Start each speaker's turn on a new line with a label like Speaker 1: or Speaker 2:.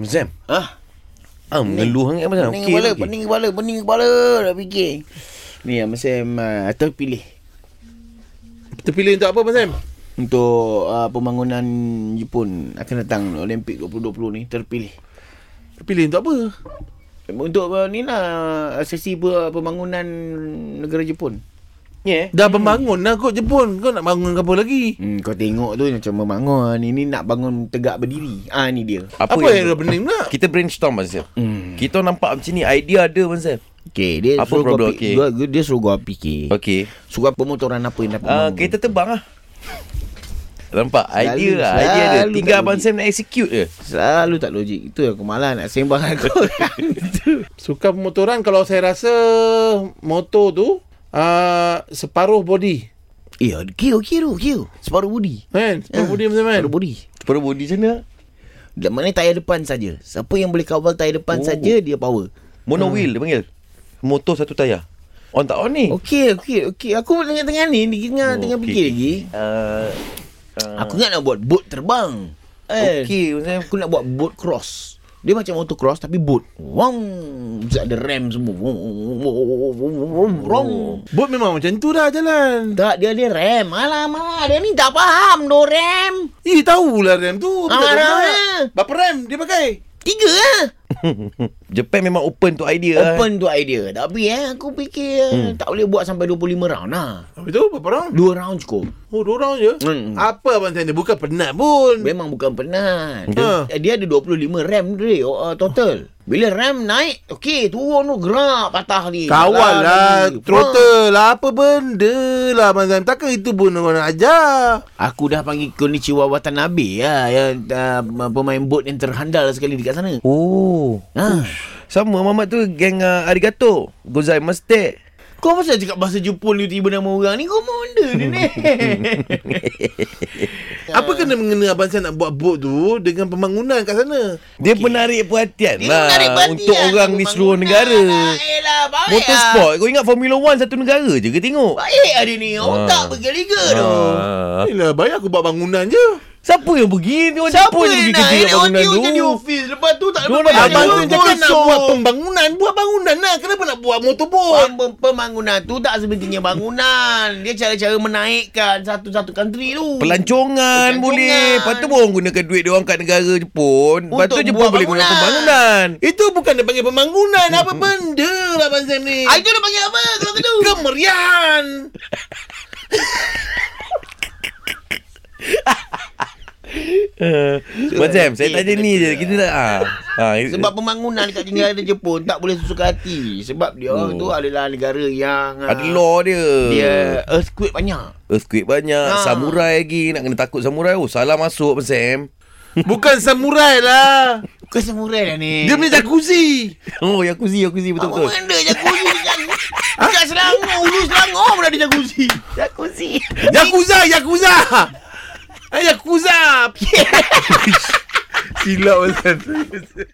Speaker 1: Sam
Speaker 2: Ah,
Speaker 1: Ah mengeluh sangat pasal
Speaker 2: pening
Speaker 1: Okey
Speaker 2: kepala,
Speaker 1: okey.
Speaker 2: pening kepala, pening kepala nak fikir. Ni yang Sam uh, atau pilih
Speaker 3: Terpilih untuk apa Abang Sam?
Speaker 2: untuk uh, pembangunan Jepun akan datang Olimpik 2020 ni terpilih.
Speaker 3: Terpilih untuk apa?
Speaker 2: Untuk uh, ni lah sesi pe- pembangunan negara Jepun.
Speaker 1: Ya yeah.
Speaker 3: Dah membangun lah kot Jepun Kau nak bangun apa lagi?
Speaker 2: Hmm, kau tengok tu macam membangun. Ini nak bangun tegak berdiri. Ah ni dia.
Speaker 3: Apa, yang dah pening pula?
Speaker 1: Kita brainstorm Abang Sam
Speaker 2: Hmm.
Speaker 1: Kita nampak macam ni Idea ada Abang Sam
Speaker 2: Okay, dia
Speaker 1: Apa
Speaker 2: suruh
Speaker 1: problem?
Speaker 2: gua,
Speaker 1: Okey.
Speaker 2: okay. gua, dia suruh gua fikir. Okay.
Speaker 1: Okey
Speaker 2: Suruh pemotoran apa yang dapat
Speaker 1: uh,
Speaker 2: bangun.
Speaker 1: Kereta terbang lah Nampak
Speaker 2: Selalu-
Speaker 1: idea lah Idea dia
Speaker 2: selalu
Speaker 1: Tinggal
Speaker 2: tak
Speaker 1: Abang
Speaker 2: logik.
Speaker 1: Sam nak execute je
Speaker 2: Selalu tak logik. Itu yang aku malas nak sembang dengan kau orang tu.
Speaker 3: Suka pemotoran Kalau saya rasa Motor tu uh, Separuh body
Speaker 2: Eh, kira kira kira. Separuh budi.
Speaker 3: Kan? Separuh body macam mana?
Speaker 2: Ya. Separuh budi.
Speaker 1: Perlu body macam mana
Speaker 2: Dan Maknanya tayar depan saja. Siapa yang boleh kawal tayar depan
Speaker 1: Oh.
Speaker 2: oh. saja dia power.
Speaker 1: Mono wheel dia panggil Motor satu tayar Hmm. On tak on ni
Speaker 2: Okey, okey, okey. Aku tengah-tengah ni dia tengah
Speaker 1: Oh,
Speaker 2: tengah
Speaker 1: okey,
Speaker 2: fikir
Speaker 1: okey.
Speaker 2: lagi.
Speaker 1: uh,
Speaker 2: Aku ingat nak buat boat terbang. Eh,
Speaker 1: Okey Abang Sam
Speaker 2: Aku nak buat boat cross. Dia macam motocross tapi boat. Wong, Zat ada rem semua. Wong, wong, wong, wong, wong, wong, wong.
Speaker 3: Bot memang macam tu dah jalan
Speaker 2: Tak, dia ada rem. Alamak, dia ni tak faham no rem.
Speaker 3: Eh tahulah rem tu Apa tak
Speaker 2: Ah,
Speaker 3: tahu
Speaker 2: ah.
Speaker 3: nak? Berapa rem dia pakai?
Speaker 2: Tiga lah.
Speaker 1: Japan memang open to idea kan?
Speaker 2: Open tu idea. Tapi eh, aku fikir hmm. tak boleh buat sampai 25 round lah.
Speaker 3: Habis tu berapa round?
Speaker 2: Dua round cukup.
Speaker 3: Oh dua round je
Speaker 2: Hmm.
Speaker 3: Apa Abang Sam ni? Bukan penat pun
Speaker 2: Memang bukan penat.
Speaker 3: Ha.
Speaker 2: Ha. Dia ada 25 rem dia uh, total. Bila rem naik, okey turun tu gerak patah ni.
Speaker 3: Kawal Eh,
Speaker 2: Jalan
Speaker 3: lah
Speaker 2: ni.
Speaker 3: Throttle lah Apa benda lah Abang Sam Takkan itu pun orang nak ajar
Speaker 2: Aku dah panggil Konichiwa Watanabe lah, yang uh, pemain bot yang terhandal sekali dekat sana.
Speaker 1: Oh
Speaker 2: Ha.
Speaker 1: Sama Mamat tu Geng uh, Arigato Gozai Maste
Speaker 2: Kau pasal cakap bahasa Jepun ni tiba nama orang ni kau mau benda ni ni.
Speaker 3: Apa kena mengena Abang Sam nak buat bot tu Dengan pembangunan kat sana
Speaker 1: Dia okay. menarik perhatian
Speaker 2: Dia
Speaker 1: lah
Speaker 2: menarik perhatian
Speaker 1: Untuk orang di
Speaker 2: pembangunan
Speaker 1: seluruh negara
Speaker 2: lah. Yelah, baik
Speaker 1: Motorsport
Speaker 2: ya.
Speaker 1: Kau ingat Formula 1 Satu negara je ke
Speaker 2: lah.
Speaker 1: tengok
Speaker 2: Baik ada ni. Otak
Speaker 1: Ah.
Speaker 2: bergeliga tu.
Speaker 1: ah.
Speaker 3: Yelah bayar Eh lah, aku buat bangunan je
Speaker 1: Siapa yang pergi Orang
Speaker 2: Siapa
Speaker 1: Jepun
Speaker 2: yang
Speaker 1: pergi
Speaker 2: nak Eh,
Speaker 1: kerja kat
Speaker 2: Nak
Speaker 1: bangunan
Speaker 2: audio
Speaker 1: tu
Speaker 2: jadi office Lepas tu tak
Speaker 1: Dia
Speaker 2: ada
Speaker 1: orang
Speaker 3: Abang tu
Speaker 1: dah Bangun
Speaker 3: Eh, cakap nak
Speaker 2: kosong.
Speaker 3: buat pembangunan Buat bangunan lah Kenapa nak buat motorbot
Speaker 2: Pem- Pembangunan tu tak sebetulnya bangunan Dia cara-cara menaikkan Satu-satu country tu
Speaker 1: Pelancongan
Speaker 2: Pelancongan.
Speaker 1: boleh Lepas tu orang gunakan duit Diorang kat negara Jepun Lepas tu
Speaker 2: Untuk
Speaker 1: Jepun
Speaker 2: buat
Speaker 1: boleh guna
Speaker 2: bangunan.
Speaker 1: pembangunan
Speaker 3: Itu bukan dia panggil pembangunan Apa benda lah Abang Sam ni
Speaker 2: Ah, itu dia panggil apa kalau tu?
Speaker 3: Kemeriahan
Speaker 1: Abang Sam Saya
Speaker 2: eh,
Speaker 1: tanya ni je Kita tak ah. Ah,
Speaker 2: Sebab pembangunan dekat negara Jepun tak boleh susuk hati. Sebab dia oh.
Speaker 1: Oh.
Speaker 2: tu adalah negara yang ah,
Speaker 1: Ada law dia
Speaker 2: Dia earthquake banyak.
Speaker 1: Earthquake banyak
Speaker 2: Ha.
Speaker 1: Samurai lagi Nak kena takut samurai Oh salah masuk Abang Sam
Speaker 3: Bukan samurai lah
Speaker 2: Bukan samurai lah ni.
Speaker 3: Dia punya jacuzzi
Speaker 1: Oh Yakuzi Yakuzi
Speaker 2: Apa
Speaker 1: betul-betul
Speaker 2: benda jacuzzi dekat Dekat Selangor, Ulu Selangor pun ada jacuzzi. Jacuzzi.
Speaker 3: Yakuza Yakuza Eh, Yakuza Silap Abang Sam